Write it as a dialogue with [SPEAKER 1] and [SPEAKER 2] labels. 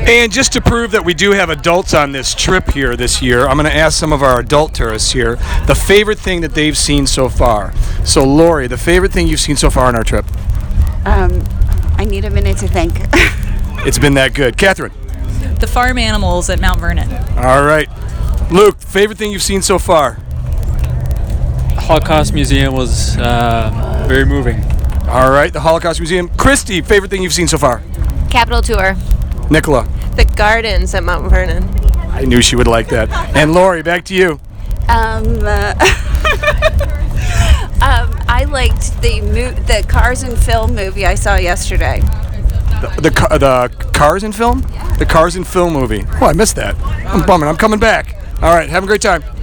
[SPEAKER 1] And just to prove that we do have adults on this trip here this year, I'm going to ask some of our adult tourists here the favorite thing that they've seen so far. So, Lori, the favorite thing you've seen so far on our trip?
[SPEAKER 2] Um, I need a minute to think.
[SPEAKER 1] It's been that good. Catherine.
[SPEAKER 3] The farm animals at Mount Vernon.
[SPEAKER 1] All right. Luke, favorite thing you've seen so far?
[SPEAKER 4] Holocaust Museum was uh, very moving.
[SPEAKER 1] All right, the Holocaust Museum. Christy, favorite thing you've seen so far?
[SPEAKER 5] Capital tour.
[SPEAKER 1] Nicola.
[SPEAKER 6] The gardens at Mount Vernon.
[SPEAKER 1] I knew she would like that. And Lori, back to you.
[SPEAKER 2] um, uh, um, I liked the mo- the Cars and Phil movie I saw yesterday.
[SPEAKER 1] The, the, ca- the Cars in film? The Cars in film movie. Oh, I missed that. I'm bumming. I'm coming back. All right, have a great time.